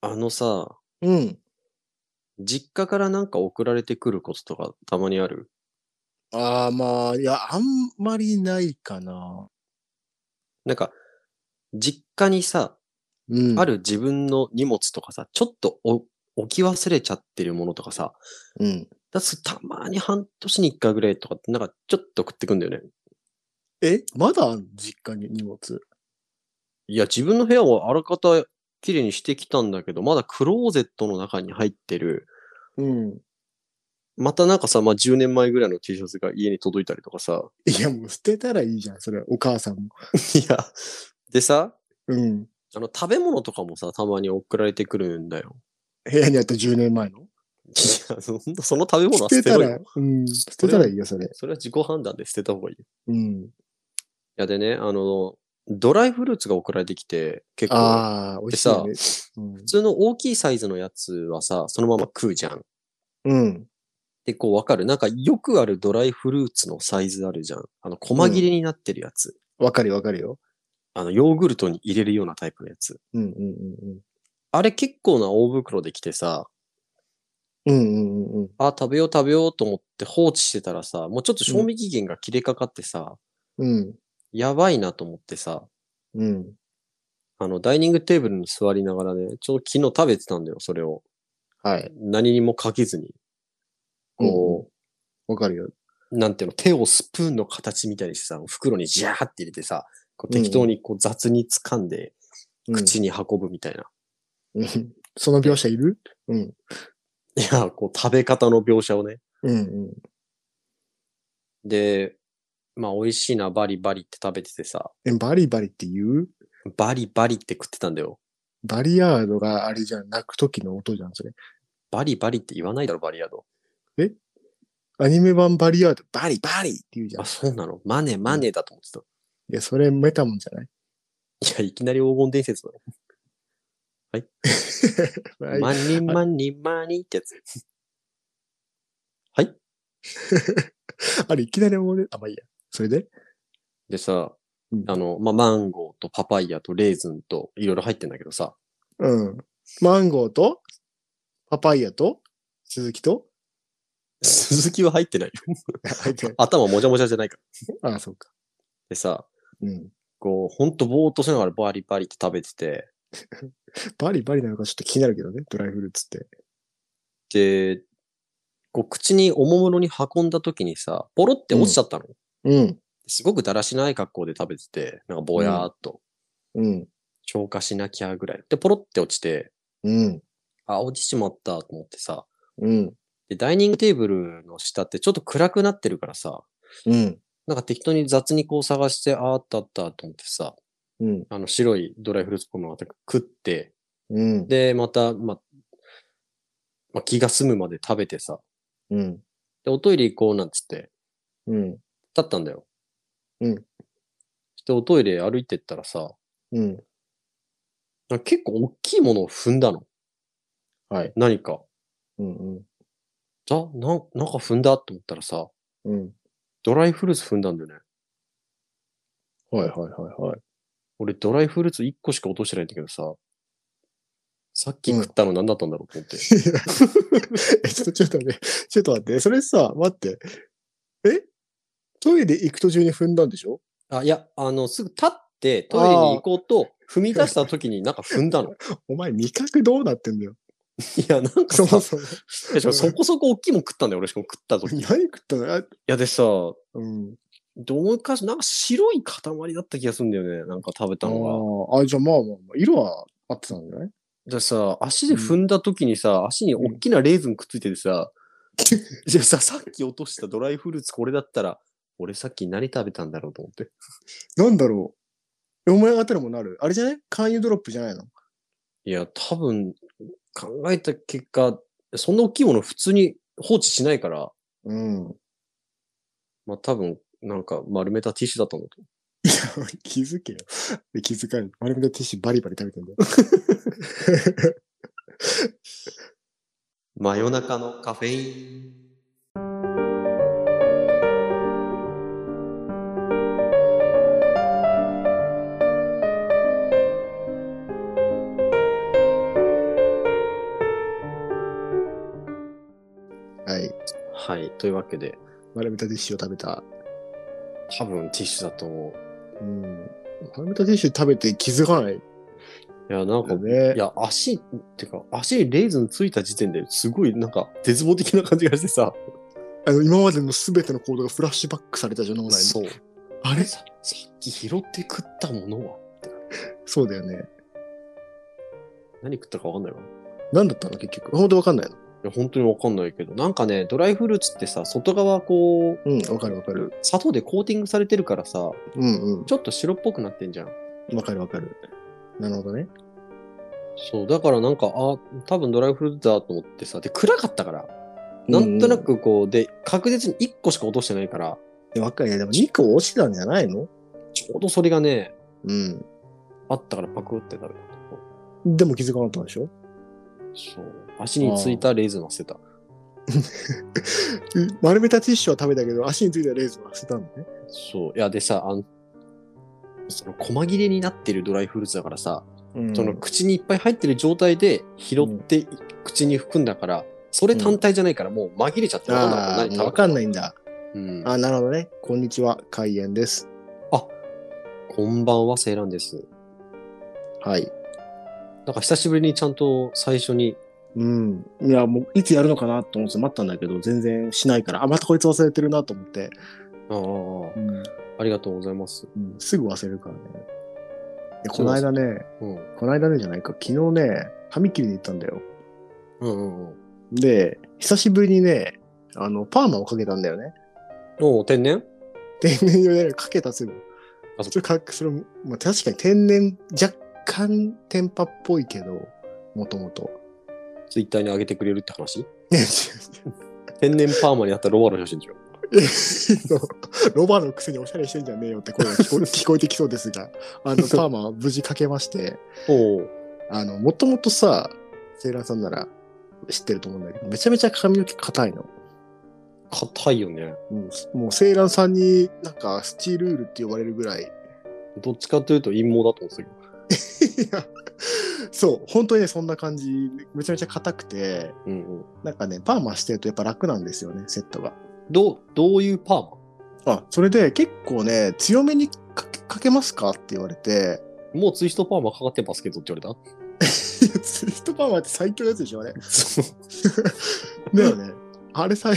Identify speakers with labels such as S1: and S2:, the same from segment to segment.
S1: あのさ、
S2: うん。
S1: 実家からなんか送られてくることとかたまにある
S2: ああ、まあ、いや、あんまりないかな。
S1: なんか、実家にさ、
S2: うん。
S1: あ
S2: る。
S1: る自分の荷物とかさ、ちょっとお置き忘れちゃってるものとかさ、
S2: うん。
S1: だすたまに半年に一回ぐらいとかって、なんかちょっと送ってくんだよね。
S2: え、まだあん実家に荷物。
S1: いや、自分の部屋をあらかた綺麗にしてきたんだけど、まだクローゼットの中に入ってる、
S2: うん。
S1: またなんかさ、まあ、10年前ぐらいの T シャツが家に届いたりとかさ、
S2: いや、もう捨てたらいいじゃん、それ、お母さんも。
S1: いや、でさ、
S2: うん。
S1: あの、食べ物とかもさ、たまに送られてくるんだよ。
S2: 部屋にあった10年前の。
S1: いや、そんなその食べ物
S2: 捨
S1: は捨
S2: て
S1: て
S2: た
S1: ろ
S2: ら
S1: よ。、
S2: うん。捨てたらいいよ、それ。
S1: それは自己判断で捨てた方がいいよ。い
S2: うん。
S1: や、でね、あの、ドライフルーツが送られてきて、結構、
S2: ああ、美味しい、ね。うん
S1: 普通の大きいサイズのやつはさ、そのまま食うじゃん。
S2: うん。
S1: で、こうわかるなんかよくあるドライフルーツのサイズあるじゃん。あの、細切れになってるやつ。
S2: わかるよわかるよ。
S1: あの、ヨーグルトに入れるようなタイプのやつ。
S2: うんうんうん
S1: あれ結構な大袋できてさ、
S2: うん。うんうんうんうん。
S1: あ、食べよう食べようと思って放置してたらさ、もうちょっと賞味期限が切れかかってさ、
S2: うん。
S1: やばいなと思ってさ、
S2: うん。
S1: あの、ダイニングテーブルに座りながらね、ちょうど昨日食べてたんだよ、それを。
S2: はい。
S1: 何にもかけずに。こ
S2: わかるよ。
S1: う、なんていうの、手をスプーンの形みたいにしてさ、袋にジャーって入れてさ、こう
S2: うんうん
S1: 適当にこう雑に掴んで、
S2: うん。
S1: 口に運ぶみたいな。
S2: うんその描写いるうん。
S1: いや、こう食べ方の描写をね。
S2: うんうん。
S1: で、まあ美味しいな、バリバリって食べててさ、
S2: え、バリバリって言う
S1: バリバリって食ってたんだよ。
S2: バリアードがあれじゃん、泣く時の音じゃん、それ。
S1: バリバリって言わないだろ、バリアード。
S2: アニメ版バリアード、バリバリって言うじゃん。
S1: あ、
S2: い
S1: そうなのマネマネだと思ってた。
S2: や、それメタモンじゃない
S1: いや、いきなり黄金伝説だろ。
S2: はい
S1: マニマニマニってやつ。はい
S2: あれ、いきなり思い出、あ、まあいいや。それで
S1: でさ、
S2: うん
S1: あの、まあ、マンゴーとパパイヤとレーズンといろいろ入ってんだけどさ、
S2: うん。マンゴーと、パパイヤと、鈴 木と、
S1: 鈴木は入ってないよ。
S2: 入ってない
S1: 頭もじゃもじゃじゃないから。
S2: あ、そうか。
S1: でさ、
S2: うん。
S1: こう、ほんとぼーっとしながらバリバリって食べてて、
S2: バリバリなのかちょっと気になるけどね、ドライフルーツって。
S1: で、こう、口におもむろに運んだ時にさ、ポロって落ちちゃったの。
S2: うん。
S1: すごくだらしない格好で食べてて、なんかぼやーっと、
S2: うん。
S1: 消化しなきゃぐらい。で、ポロって落ちて、
S2: うん。
S1: あ、落ちちまったと思ってさ、
S2: うん。
S1: で、ダイニングテーブルの下ってちょっと暗くなってるからさ、
S2: うん。
S1: なんか適当に雑にこう探して、あーあったあったと思ってさ、
S2: うん。
S1: あの白いドライフルーツポンのまた食って、
S2: うん。
S1: で、また、ま、ま気が済むまで食べてさ、
S2: うん。
S1: で、おトイレ行こうなんつって、
S2: うん。
S1: 立ったんだよ。
S2: うん。
S1: しておトイレ歩いてったらさ、
S2: うん。
S1: なんか結構大きいものを踏んだの。
S2: はい。
S1: 何か。
S2: うん。
S1: だ、なん、なんか踏んだと思ったらさ、
S2: うん。
S1: ドライフルーツ踏んだんだよね。
S2: はいはいはいはい。
S1: 俺ドライフルーツ1個しか落としてないんだけどさ、さっき食ったの何だったんだろうと思って。
S2: え、ちょっと、ちょっとね、ちょっと待って、それさ、待って。えトイレ行く途中に踏んだんでしょ
S1: あ、いや、あの、すぐ立ってトイレに行こうと踏み出した時になんか踏んだの。
S2: お前、味覚どうなってんだよ。
S1: いや、なんか
S2: そ
S1: さ
S2: も、そも。
S1: いやしかもそこそこ大きいもん食ったんだよ、俺しかも食った時。
S2: 何
S1: い
S2: 食ったのあ
S1: や、でさ、ど
S2: うん。
S1: うかし、なんか白い塊だった気がするんだよね、なんか食べたの
S2: あーあ、じゃあまあまあまあ、色は合ってたんじゃない
S1: が。でさ、足で踏んだ時にさ、足に大きなレーズンくっついててさ、じゃさ、さっき落としたドライフルーツこれだったら、俺さっき何食べたんだろうと思って。
S2: なんだろう。えお前あたりもなるあれじゃない勧誘ドロップじゃないの
S1: いや、多分、考えた結果、そんな大きいもの普通に放置しないから、
S2: うん。
S1: まあ多分、なんか丸めたティッシュだったんだと。
S2: 気づけよ。で気づかない。丸めたティッシュバリバリ食べてんだよ。
S1: 真夜中のカフェイン。はい。というわけで、
S2: 丸めたティッシュを食べた。
S1: 多分ティッシュだと思
S2: うん。丸めたティッシュ食べて気づかない。
S1: う。いや、なんか、
S2: ね
S1: い。や、足、ってか、足にレーズンついた時点ですごいなんか絶望的な感じがしてさ、
S2: あの、今までの全ての行動がフラッシュバックされたじゃん、脳内に。
S1: そう。
S2: あれ
S1: ささっき拾って食ったものは
S2: そうだよね。
S1: 何食ったかわかんないわ。い
S2: 何だったの結局。ほんとわかんないの。
S1: や、本当にわかんないけど、なんかね、ドライフルーツってさ、外側こ
S2: うん、わかるわかる
S1: う。、砂糖でコーティングされてるからさ、
S2: うん
S1: ちょっと白っぽくなってんじゃん。
S2: うん。わかるわかる。なるほどね。
S1: そう、だからなんか、あ、多分ドライフルーツだと思ってさ、で、暗かったから、なんとなくこう、で、確実に1個しか落としてないから、
S2: うん。わかるね。でも2個落ちたんじゃないの
S1: ちょうどそれがね、
S2: うん。
S1: あったからパクって食べた。
S2: でも気づかなかったでしょ
S1: そう。足についたレーズンは捨てた。
S2: え丸めたティッシュは食べたけど、足についたレーズンは捨てたのね。
S1: そう。いや、でさ、あん、その、細切れになってるドライフルーツだからさ、
S2: うん
S1: その、口にいっぱい入ってる状態で拾って、口に含んだから、それ単体じゃないから、もう紛れちゃって、わかんな
S2: あ
S1: い。
S2: あ、わかんないいんだ。
S1: うん。
S2: あなるほどね。こんにちは、開演です。
S1: こんばんは、セイランです。
S2: はい。
S1: なんか久しぶりにちゃんと最初に、
S2: うん。いや、もう、いつやるのかなと思って待ったんだけど、全然しないから、あ、またこいつ忘れてるなと思って、
S1: ああああ、
S2: うん
S1: ありがとうございます。
S2: すぐ忘れるからね。いやこの間ね、
S1: うん。
S2: この間ねじゃないか、昨日ね、髪切りに行ったんだよ。
S1: うんうんうん。
S2: で、久しぶりにね、あの、パーマをかけたんだよね。
S1: おう天然
S2: 天然よりかけたすぐ。
S1: あそっか
S2: ちょっとかそれも、まあ、確かに天然、若干天パっぽいけど、もともと。
S1: ツイッターに上げてくれるって話
S2: ね
S1: 天然パーマにあったロバの写真でしょ。
S2: ロバのくせにおしゃれしてんじゃねえよって声が聞こえ 聞こえてきそうですが、あ の、パーマは無事かけまして、
S1: おう
S2: あの、もともとさ、セイランさんなら知ってると思うんだけど、めちゃめちゃ髪の毛硬いの。
S1: 硬いよね。
S2: うんもうセイランさんになんかスチールールって呼ばれるぐらい。 い
S1: どっちかというと陰謀だと思ってたけど。
S2: や、そう、本当にね、そんな感じ。めちゃめちゃ硬くて、
S1: うんうん。
S2: なんかね、パーマしてるとやっぱ楽なんですよね、セットが。
S1: どう、どういうパーマ
S2: あ、それで結構ね、強めにかけかけますかって言われて、
S1: もうツイストパーマかかってますけどって言われ
S2: いや、ツイストパーマって最強のやつでしょ、あれ。
S1: たそう。
S2: だよね。あれ最、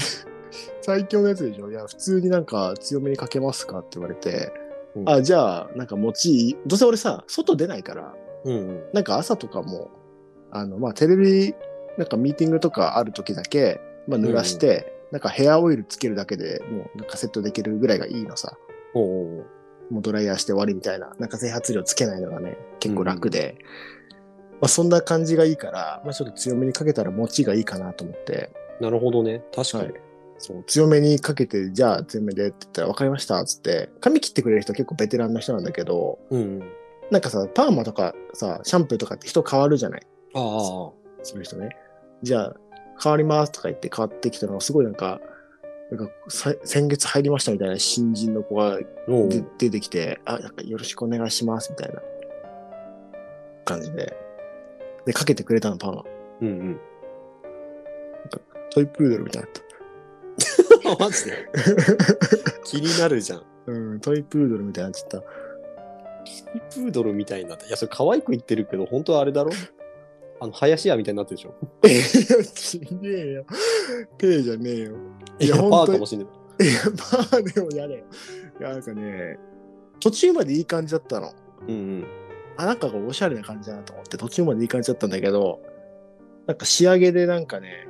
S2: 最強のやつでしょ。いや、普通になんか強めにかけますかって言われて、
S1: うん
S2: あ、じゃあ、なんか持ちいい。どうせ俺さ、外出ないから、
S1: うんうん。
S2: なんか朝とかも、あの、まあ、テレビ、なんかミーティングとかある時だけ、まあ、濡らして、なんかヘアオイルつけるだけでもう、なんかセットできるぐらいがいいのさ。
S1: おうおう
S2: もうドライヤーして終わりみたいな、なんか整髪料つけないのがね、結構楽で、まあそんな感じがいいから、まあちょっと強めにかけたら持ちがいいかなと思って、
S1: なるほどね。確かに。
S2: そう、強めにかけて、じゃあ強めでって言ったら、わかりました、つって、髪切ってくれる人結構ベテランの人なんだけど、
S1: うんうん。
S2: なんかさ、パーマとかさ、シャンプーとかって人変わるじゃない
S1: ああああ。
S2: そういう人ね。じゃあ、変わりますとか言って変わってきたのが、すごいなんか、なんかさ先月入りましたみたいな新人の子が
S1: おう
S2: で出てきて、あ、なんかよろしくお願いしますみたいな感じで。で、かけてくれたの、パーマ。
S1: うんうん。
S2: トイプードルみたいになっ
S1: マジで
S2: た。
S1: 気になるじゃん。
S2: うん、トイプードルみたいになっちゃった。
S1: ピプードルみたいになって。いや、それ可愛く言ってるけど、本当はあれだろあの、林家みたいになってるでしょ。
S2: えー、ちげえよ。ペーじゃねえよ。いや
S1: いや
S2: 本
S1: パー
S2: 当に
S1: かもしれない。
S2: いや、まあでもやれよ。いや、なんかね、途中までいい感じだったの。
S1: うんうん。
S2: あ、なんかこうおしゃれな感じだなと思って、途中までいい感じだったんだけど、なんか仕上げでなんかね、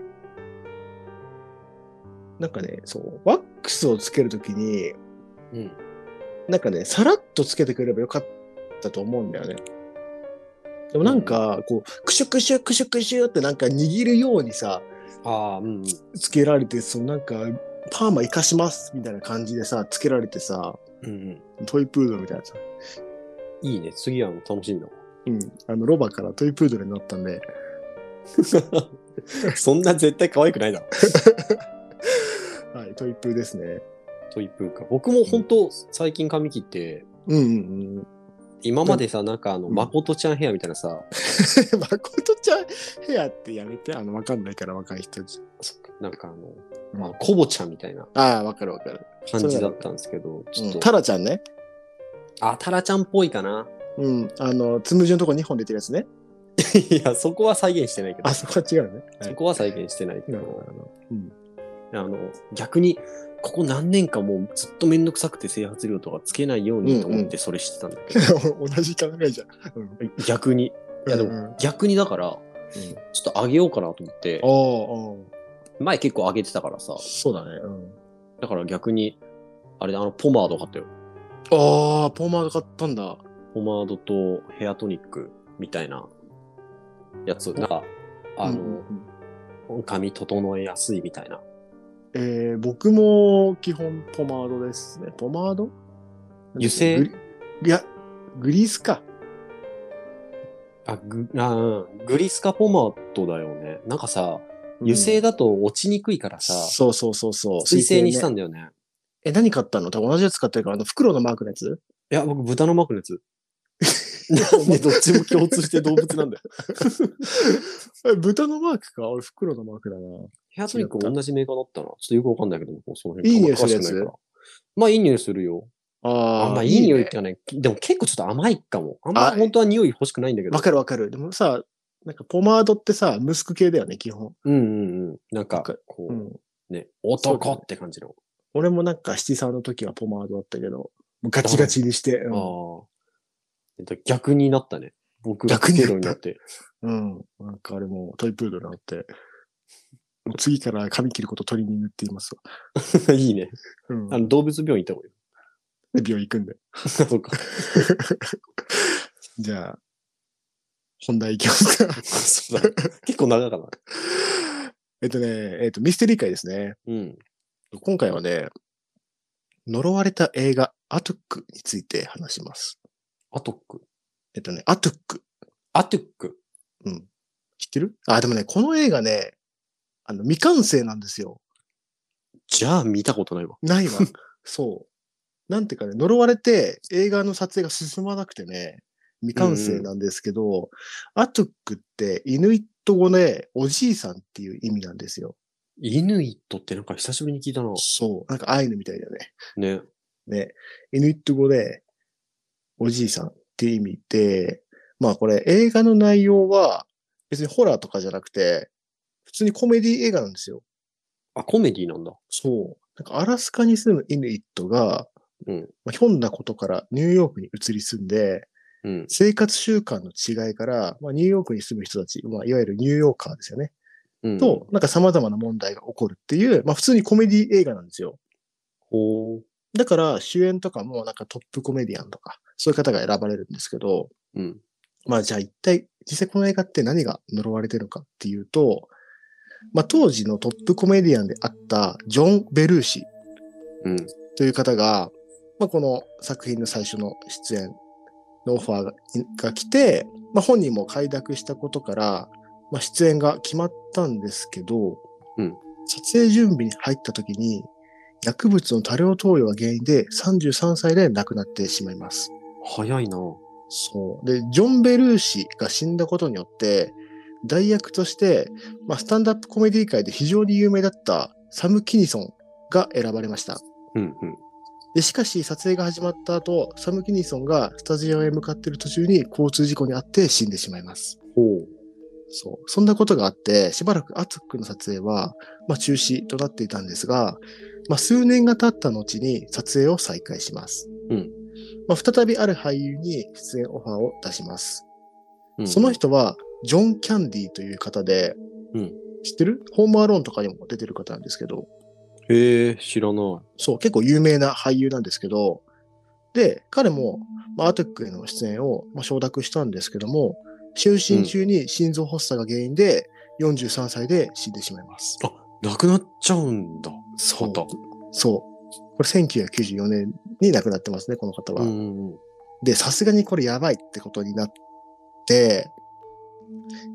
S2: なんかね、そう、ワックスをつけるときに、
S1: うん。
S2: なんかね、さらっとつけてくれればよかったと思うんだよね。でもなんか、こう、クシュクシュクシュクシュってなんか握るようにさ、
S1: ああ、うん、うん。
S2: つけられて、そのなんか、パーマ生かしますみたいな感じでさ、つけられてさ、
S1: うん
S2: トイプードルみたいなさ、
S1: うん。いいね。次はもう楽しみだ。
S2: うん、あの、ロバからトイプードルになったんで、
S1: そんな絶対可愛くないだろ。
S2: はい、トイプーですね。
S1: トイプーか。僕も本当、最近髪切って、
S2: うんうんうん。
S1: 今までさ、なんかあの、
S2: うん
S1: まことちゃんヘアみたいなさ、
S2: まことちゃんヘアってやめて、あの、わかんないから若い人たち。
S1: なんかあの、
S2: うん
S1: あのコボちゃんみたいな
S2: ああ、わかるわかる。
S1: 感じだったんですけど、ちょっと、
S2: タラちゃんね。
S1: あ、タラちゃんっぽいかな。
S2: うん。あの、つむじのとこ2本出てるやつね。
S1: いや、そこは再現してないけど、
S2: あそこは違うね。
S1: そこは再現してないけ
S2: なるほ
S1: ど
S2: ど、うん。
S1: あの、逆に、ここ何年かもうずっとめんどくさくて整髪料とかつけないようにと思ってそれしてたんだけど、
S2: 同じ考えじゃん。うん。
S1: 逆に、いやでも
S2: うんうん
S1: 逆にだから、
S2: うん
S1: ちょっと上げようかなと思って、
S2: おー
S1: 前結構上げてたからさ
S2: おー、そうだね。うん。
S1: だから逆に、あれだあの、ポマード買ったよ。
S2: ああ、ポーマード買ったんだ。
S1: ポマードとヘアトニックみたいなやつが、あ
S2: うん
S1: の、
S2: うん
S1: 髪整えやすいみたいな。
S2: えー、僕も基本ポマードですね。ポマード
S1: 油性
S2: グリいや、グリースか。
S1: あ、グあうんグリスカポマードだよね。なんかさ、油性
S2: だ
S1: だと落ちにくいからさ、
S2: そうそうそうそう。
S1: 水性にした
S2: ね
S1: んだよね。
S2: え、何買ったの多分同じやつ買ってるから、あの、袋のマークのやつ
S1: いや、僕、豚のマークのや つ。なんで どっちも共通して動物なんだよ。
S2: え、豚のマークか俺、袋のマークだな。
S1: ヘアトニック同じメーカーだったな。ちょっとよくわかんないけど、もうその辺
S2: いい匂いするやつ
S1: 詳しくないからまあ、いい匂いするよ。
S2: あ
S1: あんまあいい匂いっ
S2: ね
S1: てかね、でも結構ちょっと甘いかも。あんま
S2: あ
S1: 本当は匂い欲しくないんだけど
S2: わ。かるわかる。でもさ、なんかポマードってさ、ムスク系だよね、基本。
S1: うんうんうん。なん
S2: わ
S1: か
S2: かる、
S1: こ
S2: う
S1: う、
S2: ん。
S1: ね、男って感じの。
S2: 俺もなんか七三の時はポマードだったけど、もうガチガチにして、うん
S1: ああ。えっと逆になったね。僕が
S2: 逆に
S1: つけるようになって。
S2: うん。なんかあれもうトイプードルになって、もう次から髪切ることトリミングって言います わ。
S1: いいね。
S2: うん。
S1: あの、動物病院行った 方がい
S2: で病院行くんで。
S1: い。そうか。
S2: じゃあ、本題行きますか。
S1: そうだね結構長かったな。
S2: えっとね、えっと、ミステリー会ですね。
S1: うん。
S2: 今回はね、呪われた映画、アトゥックについて話します。
S1: アトック。
S2: えっとね、アトゥック。
S1: アトゥック。
S2: うん。知ってるあ、でもね、この映画ね、あの、未完成なんですよ。
S1: じゃあ見たことないわ。
S2: ないわ。そう。なんていうかね、呪われて映画の撮影が進まなくてね、未完成なんですけど、アトゥックってイヌイット語でおじいさんっていう意味なんですよ。
S1: イヌイットってなんか久しぶりに聞いたな。
S2: そう。なんかアイヌみたいだよね。
S1: ね。
S2: ね。イヌイット語でおじいさんっていう意味で、まあこれ映画の内容は別にホラーとかじゃなくて、普通にコメディ映画なんですよ。
S1: あ、コメディなんだ。
S2: そう。なんかアラスカに住むイヌイットが、
S1: うん
S2: まあ、ひょんなことからニューヨークに移り住んで、
S1: うん。
S2: 生活習慣の違いから、まあ、ニューヨークに住む人たち、まあ、いわゆるニューヨーカーですよね。
S1: うん、
S2: と、なんか様々な問題が起こるっていう、まあ、普通にコメディ映画なんですよ。
S1: ほう。
S2: だから、主演とかもなんかトップコメディアンとか、そういう方が選ばれるんですけど、
S1: うん。
S2: まあじゃあ一体、実際この映画って何が呪われてるのかっていうと、まあ当時のトップコメディアンであったジョン・ベルーシ
S1: うん。
S2: という方が、まあ、この作品の最初の出演のオファーがが来て、まあ、本人も快諾したことから、まあ、出演が決まったんですけど、
S1: うん
S2: 撮影準備に入った時に、薬物の多量投与が原因で33歳で亡くなってしまいます。
S1: 早いな。
S2: そう。で、ジョン・ベルー氏が死んだことによって、代役として、まあ、スタンダップコメディ界で非常に有名だったサム・キニソンが選ばれました。
S1: うんうん。
S2: でしかし撮影が始まった後サム・キニソンがスタジオへ向かっている途中に交通事故に遭って死んでしまいます
S1: ほう。
S2: そうそんなことがあってしばらくアツックの撮影は、まあ、中止となっていたんですが、まあ、数年が経った後に撮影を再開します、
S1: うん
S2: まあ、再びある俳優に出演オファーを出します、
S1: うん
S2: その。人はジョン・キャンディという方で、
S1: うん
S2: 知ってるホームアローンとかにも出てる方なんですけど
S1: へえ、知らない。
S2: そう、結構有名な俳優なんですけど、で、彼も、まあ、アテックへの出演を、まあ、承諾したんですけども、就寝中に心臓発作が原因で、43歳で死んでしまいます。
S1: あ、なくなっちゃうんだ。
S2: そう
S1: また
S2: そう。これ1994年に亡くなってますね、この方は。
S1: うんうん
S2: で、さすがにこれやばいってことになって、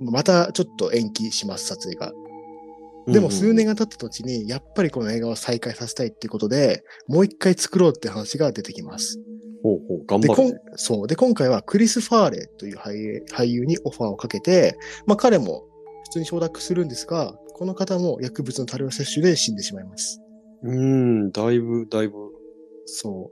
S2: またちょっと延期します、撮影が。
S1: うん。
S2: でも数年
S1: が。
S2: が経った時に、やっぱりこの映画を再開させたいっていうことで、もう一回作ろうって話が出てきます。
S1: ほうほう、頑
S2: で、
S1: 張
S2: こ
S1: る
S2: ん
S1: ね。
S2: そう。で、今回はクリス・ファーレという俳優俳優にオファーをかけて、まあ彼も普通に承諾するんですが、この方も薬物の多量摂取で死んでしまいます。
S1: うん、だいぶ、だいぶ。
S2: そ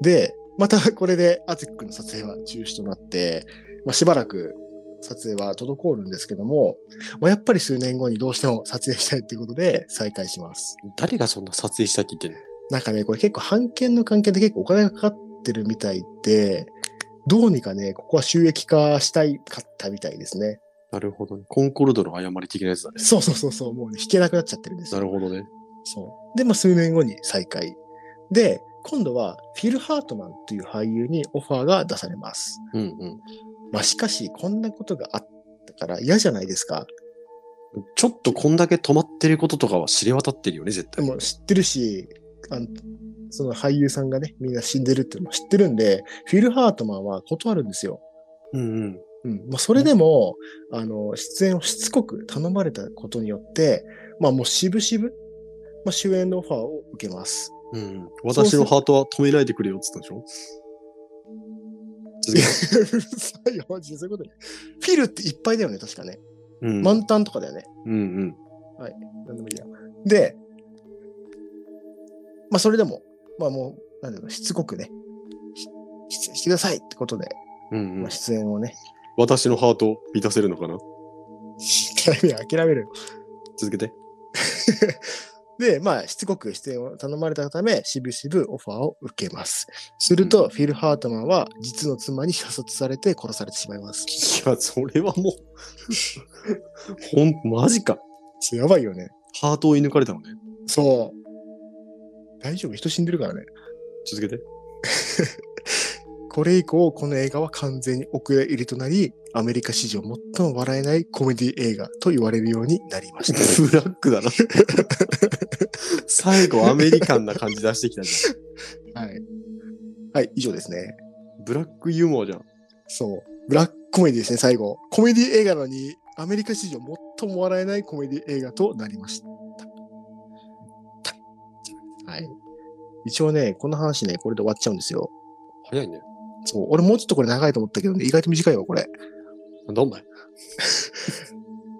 S2: う。で、またこれでアツックの撮影は中止となって、まあ、しばらく撮影は滞るんですけども、まあ、やっぱり数年後にどうしても撮影したいということで再開します。
S1: 誰がそんな撮影したいって言ってんの
S2: なんかね、これ結構版権の関係で結構お金がかかってるみたいで、どうにかね、ここは収益化したいかったみたいですね。
S1: なるほどね。コンコルドの誤り的なやつだね。
S2: そうそうそうそう、もうね、弾けなくなっちゃってるんです
S1: な
S2: よ。
S1: るほどね。
S2: そう。で、まあ、数年後に再開。で、今度はフィル・ハートマンという俳優にオファーが出されます。
S1: うんうん。
S2: まあ、しかし、こんなことがあったから嫌じゃないですか。
S1: ちょっとこんだけ止まってることとかは知れ渡ってるよね、絶
S2: で
S1: 対。
S2: も知ってるし、あのその俳優さんがね、みんな死んでるっていうのも知ってるんで、フィル・ハートマンは断るんですよ。
S1: うんうん。
S2: うん。まあ、それでも、あの、出演をしつこく頼まれたことによって、まあ、もう渋々、まあ、主演のオファーを受 けます。
S1: うんうん、私のハートは止めないでくれよって言ったで
S2: いや
S1: しょ
S2: うるさいよ、マジでそういうことね。フィルっていっぱいだよね、確かね。
S1: うん
S2: 満タンとかだよね。
S1: うんうん。
S2: なんでもいいや。で、まあ、それでも、まあ、もう、なんだろうの、しつこくね、し出演してくださいってことで、
S1: うんう
S2: ま
S1: ん
S2: あ、、出演をね、
S1: 私のハートを満たせるのかな
S2: 諦める、諦める。
S1: 続けて。
S2: で、まあ、しつこく出演を頼まれたため、しぶしぶオファーを受けます。すると、フィル・ハートマンは、実の妻に射殺されて殺されてしまいます。
S1: いや、それはもう、ほん、マジか。
S2: それやばいよね。
S1: ハートを射抜かれたのね。
S2: そう。大丈夫人死んでるからね。
S1: 続けて。
S2: これ以降、この映画は完全に遅れ入りとなり、アメリカ史上最も笑えないコメディ映画と言われるようになりまし た。
S1: ブラックだな。最後、アメリカンな感じ出してきたじ
S2: はい。はい、以上ですね。
S1: ゃ ん。ブラックユーモアじゃん。
S2: そう。ブラックコメディですね、最後。コメディ映画なのに、アメリカ史上最も笑えないコメディ映画となりました。はい。一応ね、この話ね、これで終わっちゃうんですよ。
S1: 早いね。
S2: そう。俺もうちょっとこれ長いと思ったけどね、意外と短いわ、これ。
S1: なんだお前。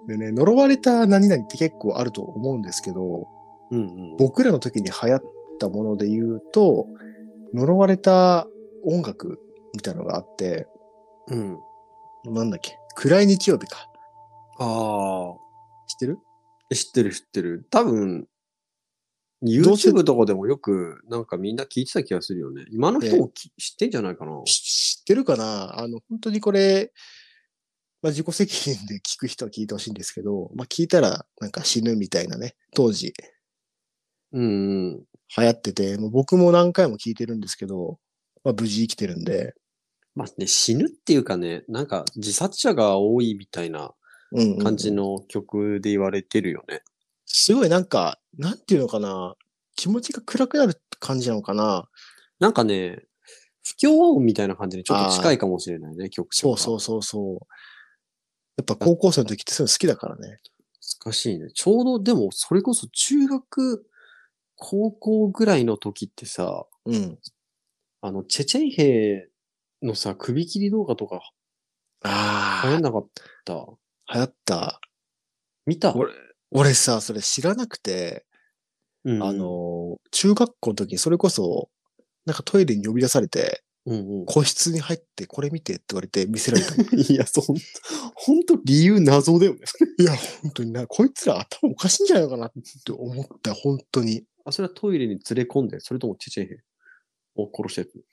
S2: でね、呪われた何々って結構あると思うんですけど、
S1: うんうん。
S2: 僕らの時に流行ったもので言うと、呪われた音楽みたいなのがあって、
S1: うん。
S2: なんだっけ暗い日曜日か。
S1: ああ。
S2: 知ってる
S1: 知ってる知ってる。多分、
S2: どうせ
S1: YouTube とかでもよくなんかみんな聞いてた気がするよね。今の人もき知ってんじゃないかな。
S2: し知ってるかなあの、本当にこれ、まあ、自己責任で聞く人は聞いてほしいんですけど、まあ、聞いたらなんか死ぬみたいなね、当時
S1: うんうん。
S2: 流行ってて、もう僕も何回も聞いてるんですけど、まあ、無事生きてるんで、
S1: まあね、死ぬっていうかね、なんか自殺者が多いみたいな
S2: うんうんうん
S1: 感じの曲で言われてるよね。
S2: すごいなんか、なんていうのかな気持ちが暗くなる感じなのかな
S1: なんかね、不協和音みたいな感じにちょっと近いかもしれないね、曲調
S2: そう
S1: が
S2: そうそうそう。やっぱ高校生の時ってそういうの好きだからね。
S1: 難しいね。ちょうどでもそれこそ中学、高校ぐらいの時ってさ、
S2: うん。
S1: あの、チェチェイヘイのさ、首切り動画とか流行
S2: あ
S1: んなかった。
S2: あ、流行った。
S1: 見た、
S2: 俺俺さ、それ知らなくて、
S1: うん
S2: あ、の、中学校の時にそれこそ、なんかトイレに呼び出されて、
S1: うんうん、
S2: 個室に入ってこれ見てって言われて見せられた。 い
S1: いや、そん、ほんと理由謎だよね。
S2: や、本当にな、こいつら頭おかしいんじゃないのかなって思った、本当に。
S1: あ、それはトイレに連れ込んで、それともチェチェンヘを殺したやつ。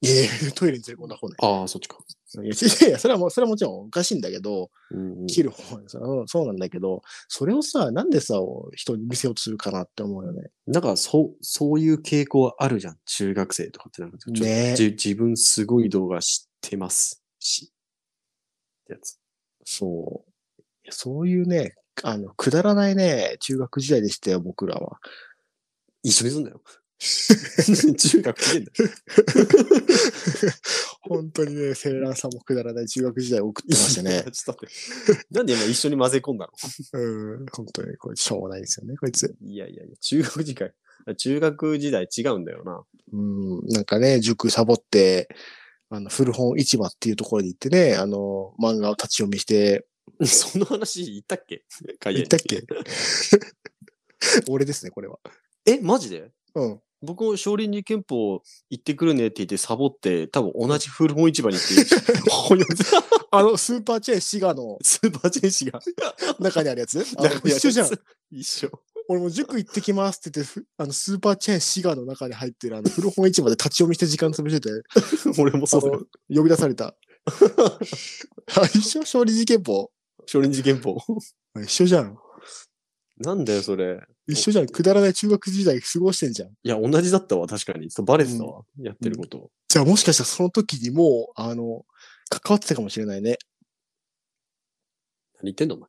S2: いやいやトイレに連れ込んだ方ね。
S1: ああ、そっちか。
S2: いやいやいや、それはもう、それはもちろんおかしいんだけど、
S1: うんうん、
S2: 切る方ですよそうなんだけど、それをさ、なんでさ、人に見せようとするかなって思うよね。
S1: なんか、そう、そういう傾向あるじゃん。中学生とかってなんか、ちょっと、
S2: ね
S1: じ自分すごい動画知ってますし。ってやつ。
S2: そう。いやそういうね、あの、くだらないね、中学時代でしたよ、僕らは。
S1: 一緒にすんだ よ。中学生だよ。。
S2: 本当にね、セーラーさんもくだらない中学時代を送ってましたね
S1: ちょっと待って なんで今一緒に混ぜ込んだの
S2: うん、本当に、これ、しょうもないですよね、こいつ。
S1: いやいやいや、中学時代、中学時代違うんだよな。
S2: うん、なんかね、塾サボって、あの、古本市場っていうところに行ってね、あの、漫画を立ち読みして、
S1: その話 言ったっけ海外
S2: 言
S1: に
S2: ったっけ 俺ですね、これは。
S1: え、マジで
S2: うん。
S1: 僕も少林寺拳法行ってくるねって言ってサボって、多分同じ古本市場に行って、ほ にょず
S2: あの、スーパーチェーンシガの
S1: スーパーチェンシが。
S2: 中にあるやつあの
S1: なんか
S2: 一緒じゃん。。
S1: 一緒。
S2: 俺も塾行ってきますって言ってふ、あの、スーパーチェーンシガの中に入ってるあの、古本市場で立ち読みして時間潰してて、
S1: 俺もそうだ
S2: あ
S1: よ
S2: の。呼び出 された。あ一緒勝利事件簿
S1: 少林寺拳法。
S2: 一緒じゃん。
S1: なんだよ、それ。
S2: 一緒じゃん。くだらない中学時代過ごしてんじゃん。
S1: いや、同じだったわ、確かに。そうバレてたわ、やってること。
S2: じゃあもしかしたらその時にもう、あの、関わってたかもしれないね。
S1: 何言ってんの、お前。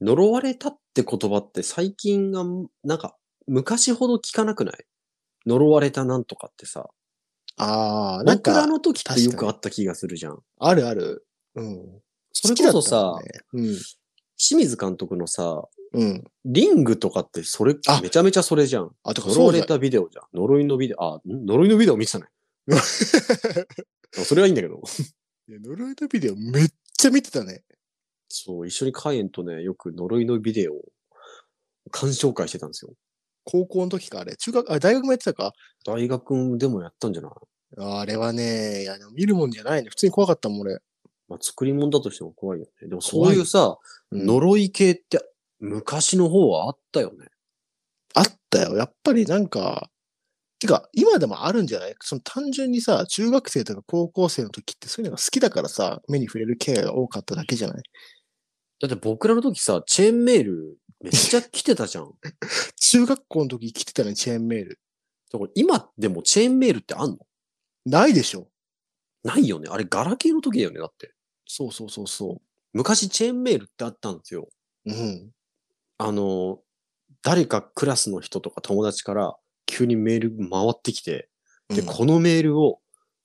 S1: 呪われたって言葉って最近が、なんか、昔ほど聞かなくない呪われたなんとかってさ。
S2: ああ、なん
S1: 僕ら
S2: か、
S1: の時ってよくあった気がするじゃん。
S2: あるある。うん。
S1: それこそさ
S2: 好きだったもんね
S1: 清水監督のさ、
S2: うん。うん。
S1: リングとかってそれ
S2: あ、
S1: めちゃめちゃそれじゃん。
S2: あ、とか、
S1: 呪
S2: そ
S1: わ
S2: うだ
S1: れたビデオじゃん。呪いのビデオ、あ、ん呪いのビデオ見 てたね。それはいいんだけど。
S2: いや呪いのビデオめっちゃ見てたね。
S1: そう、一緒にカエンとね、よく呪いのビデオを鑑賞会してたんですよ。
S2: 高校の時か、あれ。中学、あ、大学もやってたか
S1: 大学でもやったんじゃない
S2: あれはね、いや、でも見るもんじゃないね。普通に怖かったもん、俺。
S1: まあ、作り物だとしても怖いよね。でもそ
S2: 怖いう
S1: いうさ、
S2: うん
S1: 呪い系って昔の方はあったよね。
S2: あったよ。やっぱりなんか、てか、今でもあるんじゃないその単純にさ、中学生とか高校生の時ってそういうのが好きだからさ、目に触れるケアが多かっただけじゃない
S1: だって僕らの時さ、チェーンメールめっちゃ来てたじ ゃん。だ
S2: 中学校の時来てたね、チェーンメール。
S1: から今でもチェーンメールってあんの
S2: ないでしょ
S1: ないよね。あれ、ガラケーの時だよね、だって。
S2: そうそうそうそ
S1: 昔チェーンメールってあったんですよ。
S2: う。うん。
S1: あの、誰かクラスの人とか友達から急にメール回ってきて、で、
S2: うん
S1: このメールを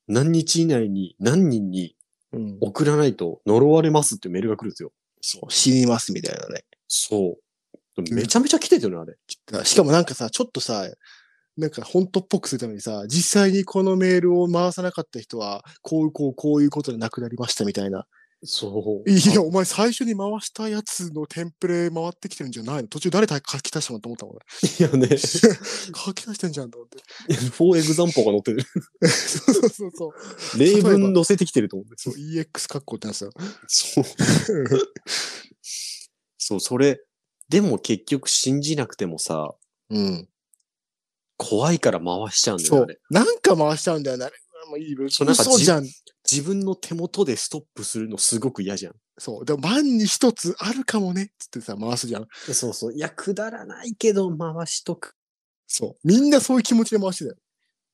S1: 何日以内に何人に
S2: うん、
S1: 送らないと呪われますってメールが来るんですよ。
S2: そう、死にますみたいなね。
S1: そう。めちゃめちゃ来てたよね、あれ。
S2: しかもなんかさ、ちょっとさ、なんか本当っぽくするためにさ、実際にこのメールを回さなかった人は、こうこうこういうことで亡くなりましたみたいな。
S1: そう。
S2: いや、お前最初に回したやつのテンプレ回ってきてるんじゃないの途中誰書き足したのと思ったもん。
S1: いや ね、
S2: 書き足してんじゃんと 思って。
S1: フォーエグザンポが載ってる。
S2: そうそうそうそう。
S1: 例文載せてきてると思うんです
S2: そう EX 括弧ってやつだ。
S1: そう。そう、それ。でも結局信じなくてもさ、
S2: うん。
S1: 怖いから回しちゃうんだよね
S2: そ
S1: あ
S2: う
S1: れ。。
S2: なんか回しちゃうんだよな。あれもういいよ。
S1: そうなんか
S2: 嘘じゃん。
S1: 自分の手元でストップするのすごく嫌じゃん。
S2: そう。でも万に一つあるかもね。つってさ、回すじゃん。
S1: そうそう。いや、くだらないけど回しとく。
S2: そう。みんなそういう気持ちで回してたよ。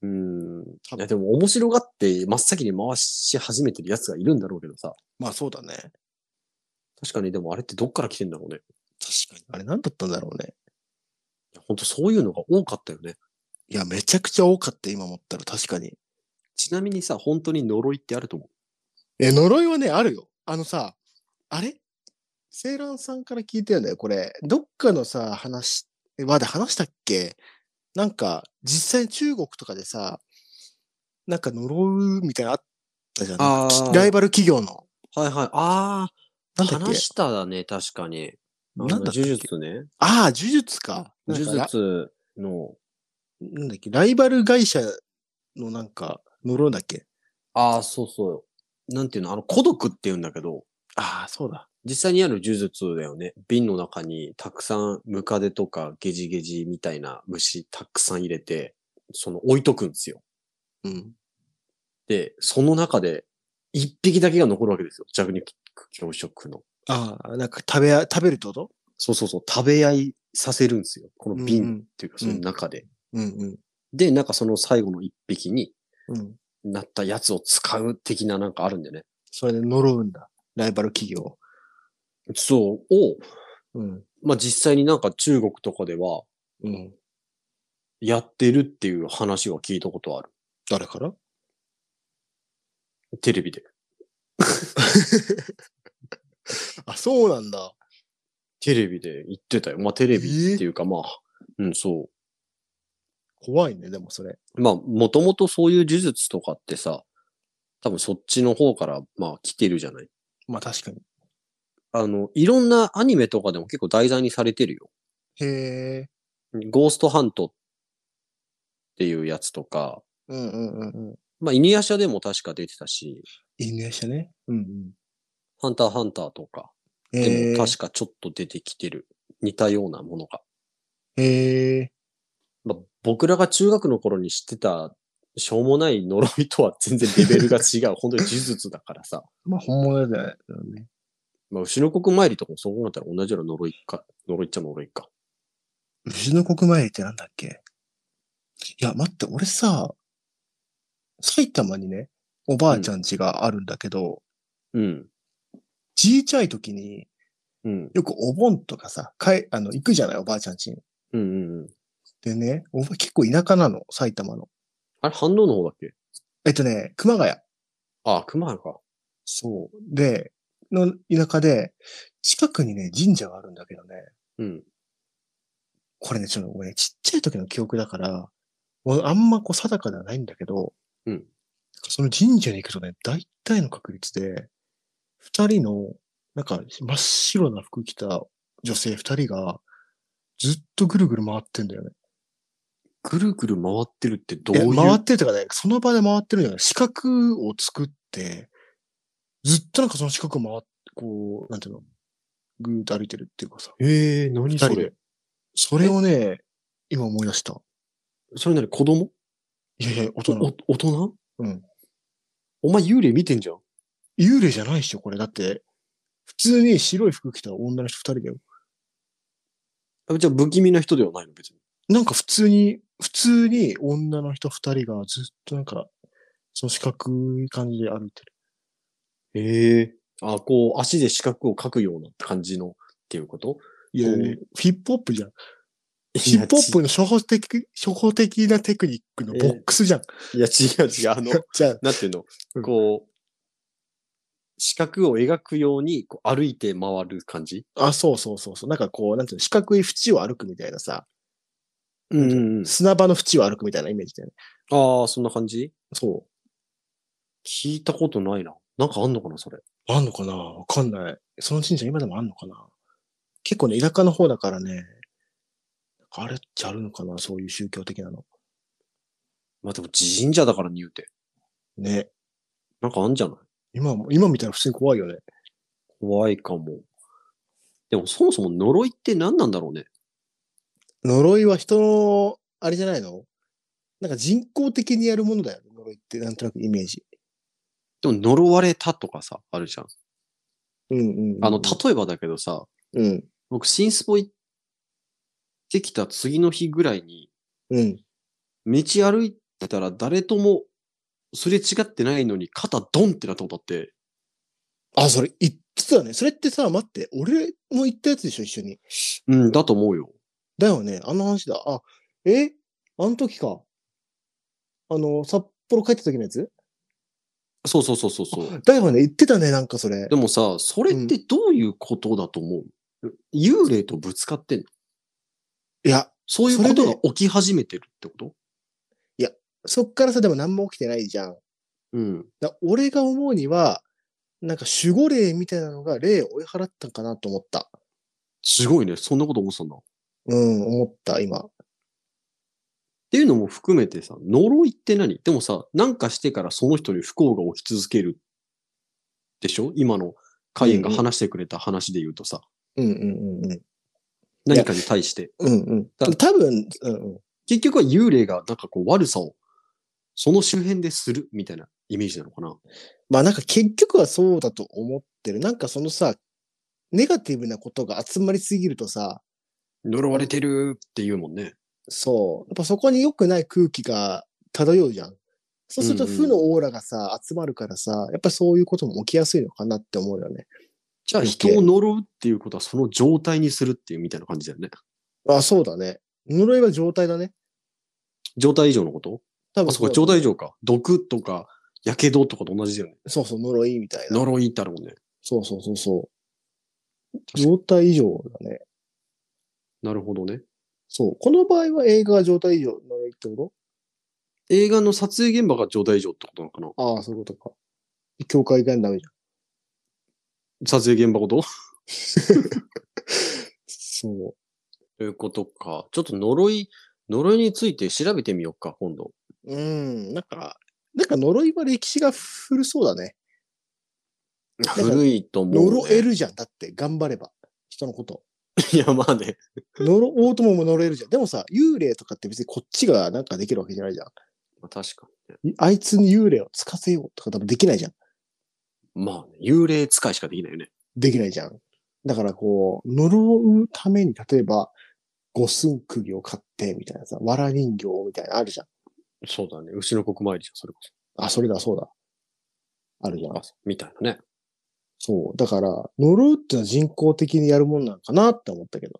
S1: うん。
S2: 多
S1: いや、
S2: 分
S1: でも面白がって真っ先に回し始めてるやつがいるんだろうけどさ。
S2: まあそうだね。
S1: 確かに、でもあれってどっから来てんだろうね。
S2: 確かに。あれ何だったんだろうね。
S1: いやほんとそういうのが多かったよね。
S2: いや、めちゃくちゃ多かった、今思ったら確かに。
S1: ちなみにさ、本当に呪いってあると思う。
S2: え、呪いはね、あるよ。あのさ、あれセイランさんから聞いたよね、これ。どっかのさ、話、えまで話したっけなんか、実際に中国とかでさ、なんか呪うみたいなのあったじゃ
S1: あ
S2: ん。
S1: ー
S2: きライバル企業の。
S1: はいはい。あ
S2: な
S1: あ、
S2: んだっけ
S1: 話しただね、確かに。あの
S2: なんだっけ
S1: 呪術ね。
S2: ああ、呪術か。なん
S1: 呪
S2: かラ
S1: 術の。
S2: なんだっけ、ライバル会社のなんか、呪うんだっけ
S1: ああ、そうそう。なんていうの、あの、孤独って言うんだけど、
S2: ああ、そうだ。
S1: 実際にある呪術だよね。瓶の中にたくさんムカデとかゲジゲジみたいな虫たくさん入れて、その置いとくんですよ。
S2: うん。
S1: で、その中で一匹だけが残るわけですよ。弱肉強食の。
S2: ああ、なんか食べや、食べるってこと
S1: そうそうそう、食べ合いさせるんですよ。この瓶っていうか、
S2: う
S1: そ
S2: んう
S1: の
S2: ん
S1: 中で。
S2: うんうん。
S1: で、なんかその最後の一匹に
S2: うん。
S1: なったやつを使う的ななんかあるんだよね。
S2: それで呪うんだ。ライバル企業。
S1: そう、を、
S2: うん。
S1: まあ、実際になんか中国とかでは
S2: うん。
S1: やってるっていう話は聞いたことある。
S2: 誰から
S1: テレビで。
S2: あ、そうなんだ。
S1: テレビで言ってたよ。まあ、テレビっていうか、まあ、うん、そ
S2: 怖いね、でもそれ。
S1: う。まあ、もともとそういう呪術とかってさ、多分そっちの方から、まあ、来てるじゃない。
S2: まあ確かに。
S1: あの、いろんなアニメとかでも結構題材にされてるよ。
S2: へえ。
S1: ゴーストハントっていうやつとか、
S2: うんうんうんうん。
S1: まあ、イニアシャでも確か出てたし、
S2: 犬やしたね。うんうん。
S1: ハンターハンターとか、で
S2: へえ。
S1: も確かちょっと出てきてる、似たようなものが。
S2: へえ。
S1: まあ、僕らが中学の頃に知ってた、しょうもない呪いとは全然レベルが違 う。本当に呪術だからさ。
S2: まあ本物じゃないだろうね。
S1: まあ、牛の国参りとかもそうなったら同じような呪いか、呪いっちゃ呪いか。
S2: 牛の国参りってなんだっけいや、待って、俺さ、埼玉にね、おばあちゃん家があるんだけど、
S1: うん。
S2: ちいちゃい時に
S1: うん。
S2: よくお盆とかさ、かいあの行くじゃない、おばあちゃん家に。
S1: うんうんうん。
S2: でね、おば結構田舎なの、埼玉の。
S1: あれ、反応の方だっけ
S2: えっとね、熊谷。
S1: ああ、熊谷か。
S2: そう。で、の田舎で、近くにね、神社があるんだけどね、
S1: うん。
S2: これね、ちょっと俺、ちっちゃい時の記憶だから、もうあんまこう定かではないんだけど、
S1: うん。
S2: その神社に行くとね、大体の確率で、二人の、なんか真っ白な服着た女性二人が、ずっとぐるぐる回ってんだよね。
S1: ぐるぐる回ってるってどう
S2: え
S1: いう
S2: 回ってるとかね、その場で回ってるんじゃない四角を作って、ずっとなんかその四角を回って、こう、なんていうの、ぐーっと歩いてるっていうかさ。
S1: ええー、何
S2: 二
S1: そ
S2: 人
S1: れ
S2: で。それをね、今思い出した。
S1: それなに子供
S2: いやいや、大
S1: お
S2: 人。
S1: お大人
S2: うん。
S1: お前幽霊見てんじゃん。
S2: 幽霊じゃないっしょ、これ。だって、普通に白い服着た女の人二人だよ。
S1: あじゃあ不気味な人ではないの別に。
S2: なんか普通に、普通に女の人二人がずっとなんか、その四角い感じで歩いてる。
S1: ええああ、こう足で四角を描くような感じのっていうこと
S2: いや、
S1: お
S2: ね
S1: ー、
S2: ヒップホップじゃん。ヒップホップの初歩的、初歩的なテクニックのボックスじゃん。
S1: いや、違う違う。あ の、
S2: じゃあ、
S1: なんていうの
S2: うん
S1: こう、四角を描くようにこう歩いて回る感じ
S2: あ、そうそうそうそう。なんかこう、なんていうの、四角い縁を歩くみたいなさ、
S1: うんうんうん。
S2: 砂場の縁を歩くみたいなイメージだよね。
S1: ああ、そんな感じ
S2: そ
S1: 聞いたことないな。なんかあんのかなそれ。
S2: う。あんのかなわかんない。その神社今でもあんのかな結構ね、田舎の方だからね、あれっちゃあるのかなそういう宗教的なの。
S1: まあでも神社だからに言うて。
S2: ね。
S1: なんかあんじゃない
S2: 今も、今みたいな普通に怖いよね。
S1: 怖いかも。でもそもそも呪いって何なんだろうね。
S2: 呪いは人の、あれじゃないのなんか人工的にやるものだよね。呪いってなんとなくイメージ。
S1: でも呪われたとかさ、あるじゃん。
S2: うんうん、
S1: あの、例えばだけどさ、
S2: うん。
S1: 僕、新スポ行ってきた次の日ぐらいに、
S2: うん。
S1: 道歩いてたら誰ともすれ違ってないのに肩ドンってなったことあって、
S2: あ、それ言ってたね。それってさ、待って、俺も言ったやつでしょ、一緒に。
S1: うん、だと思うよ。
S2: だよね。あの話だ。あ、えあの時か。あの、札幌帰った時のやつ
S1: そうそうそうそうそう。
S2: だよね。言ってたね、なんかそれ
S1: で。もさ、それってどういうことだと思う、幽霊とぶつかってんの
S2: いや、
S1: そういう
S2: それ
S1: こ
S2: で
S1: とが起き始めてるってこと
S2: そっからさ、でも何も起きてないじゃん。
S1: うん。
S2: だ俺が思うには、なんか守護霊みたいなのが霊を追い払ったんかなと思った。
S1: すごいね。そんなこと思ってたんだ。っ
S2: うん、思った、今。
S1: ていうのも含めてさ、呪いって何でもさ、なんかしてからその人に不幸が起き続けるでしょ今のカイエンが話してくれた話で言うとさ、
S2: うんうんうんうん。ん
S1: 何かに対して。
S2: うんうん。
S1: だ
S2: 多分、うんうん。
S1: 結局は幽霊がなんかこう悪さを、その周辺でするみたいなイメージなのかな
S2: まあなんか結局はそうだと思ってる。なんかそのさ、ネガティブなことが集まりすぎるとさ、
S1: 呪われてるって言うもんね。
S2: そう、やっぱそこに良くない空気が漂うじゃん。そうすると
S1: うんうん
S2: 負のオーラがさ、集まるからさ、やっぱそういうことも起きやすいのかなって思うよね。
S1: じゃあ
S2: 余
S1: 人
S2: 計
S1: を呪うっていうことはその状態にするっていうみたいな感じだよね。
S2: あ、そうだね。呪いは状態だね。
S1: 状態以上のこと
S2: 多分
S1: あ、そうか、状態以
S2: 上。
S1: 上か。毒とか、火傷とかと同じだよね。
S2: そうそう、呪いみたいな。
S1: 呪いってあるもんね。
S2: そうそうそうそう。状態以上だね。
S1: なるほどね。
S2: そう。この場合は映画が状態以上呪いってこ
S1: 映画の撮影現場が状態以上ってことなのかな
S2: とああ、そういうことか。教会がダメじゃん
S1: 撮影現場ごと
S2: そう。
S1: ということか。ちょっと呪い、呪いについて調べてみようか、今度。
S2: うん、なんか、なんか呪いは歴史が古そうだね。か
S1: 古いと思う、
S2: 呪え。るじゃん。だって、頑張れば。人のこと。
S1: いや、まあね。
S2: 呪おうとも呪えるじゃん。でもさ、幽霊とかって別にこっちがなんかできるわけじゃないじゃん。
S1: まあ確かにね。
S2: あいつに幽霊をつかせようとか多分できないじゃん。
S1: まあね、幽霊使いしかできないよね。
S2: できないじゃん。だからこう、呪うために、例えば、五寸釘を買って、みたいなさ、藁人形みたいなのあるじゃん。
S1: そうだね。牛の国参りじゃん、それこそ。
S2: あ、それだ、そうだ。あるじゃん。
S1: あみたいなね。
S2: そう。だから、呪うってのは人工的にやるもんなのかなって思ったけど。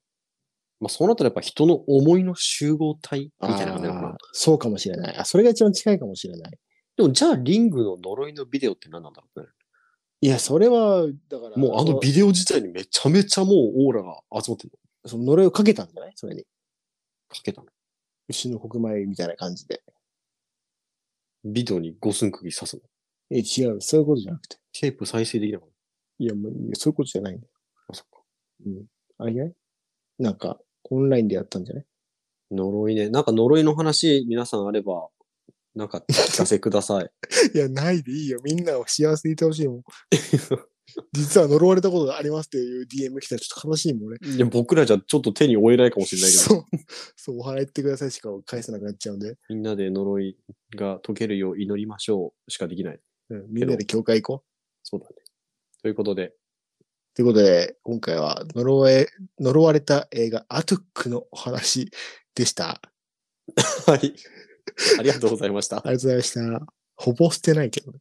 S1: まあそうなったらやっぱ人の思いの集合体みたいな感じなのか
S2: あー
S1: な。
S2: そうかもしれない。あ、それが一番近いかもしれない。
S1: でもじゃあリングの呪いのビデオって何なんだろうね。
S2: いや、それは、だから、
S1: もうあのビデオ自体にめちゃめちゃもうオーラが集まってる
S2: その呪いをかけたんじゃないそれに。
S1: の。かけたの。
S2: 牛の国米みたいな感じで。
S1: ビデオに五寸釘刺すの。
S2: え、違う。そういうことじゃなくて。
S1: テープ再生できなかっ
S2: いや、もういやそういうことじゃないんだよ。
S1: た。あ、そっか。
S2: あれじゃないなんか、オンラインでやった んじゃない
S1: 呪いね。なんか呪いの話皆さんあれば、なんかお聞かせください。
S2: いや、ないでいいよ。みんなを幸せにいてほしいもん。実は呪われたことがありますっていう DM 来たらちょっと悲しいもん、俺。
S1: いや僕らじゃちょっと手に負えないかもしれないから。
S2: そう。そう、お払いってくださいしか返せなくなっちゃうんで。
S1: みんなで呪いが解けるよう祈りましょうしかできない。
S2: うん、みんなで教会行こう。
S1: そうだね。ということで、
S2: ということで、今回は呪われ、呪われた映画アトゥックのお話でした。
S1: はい。ありがとうございました
S2: あ。りがとうございました。ほぼ捨てないけどね。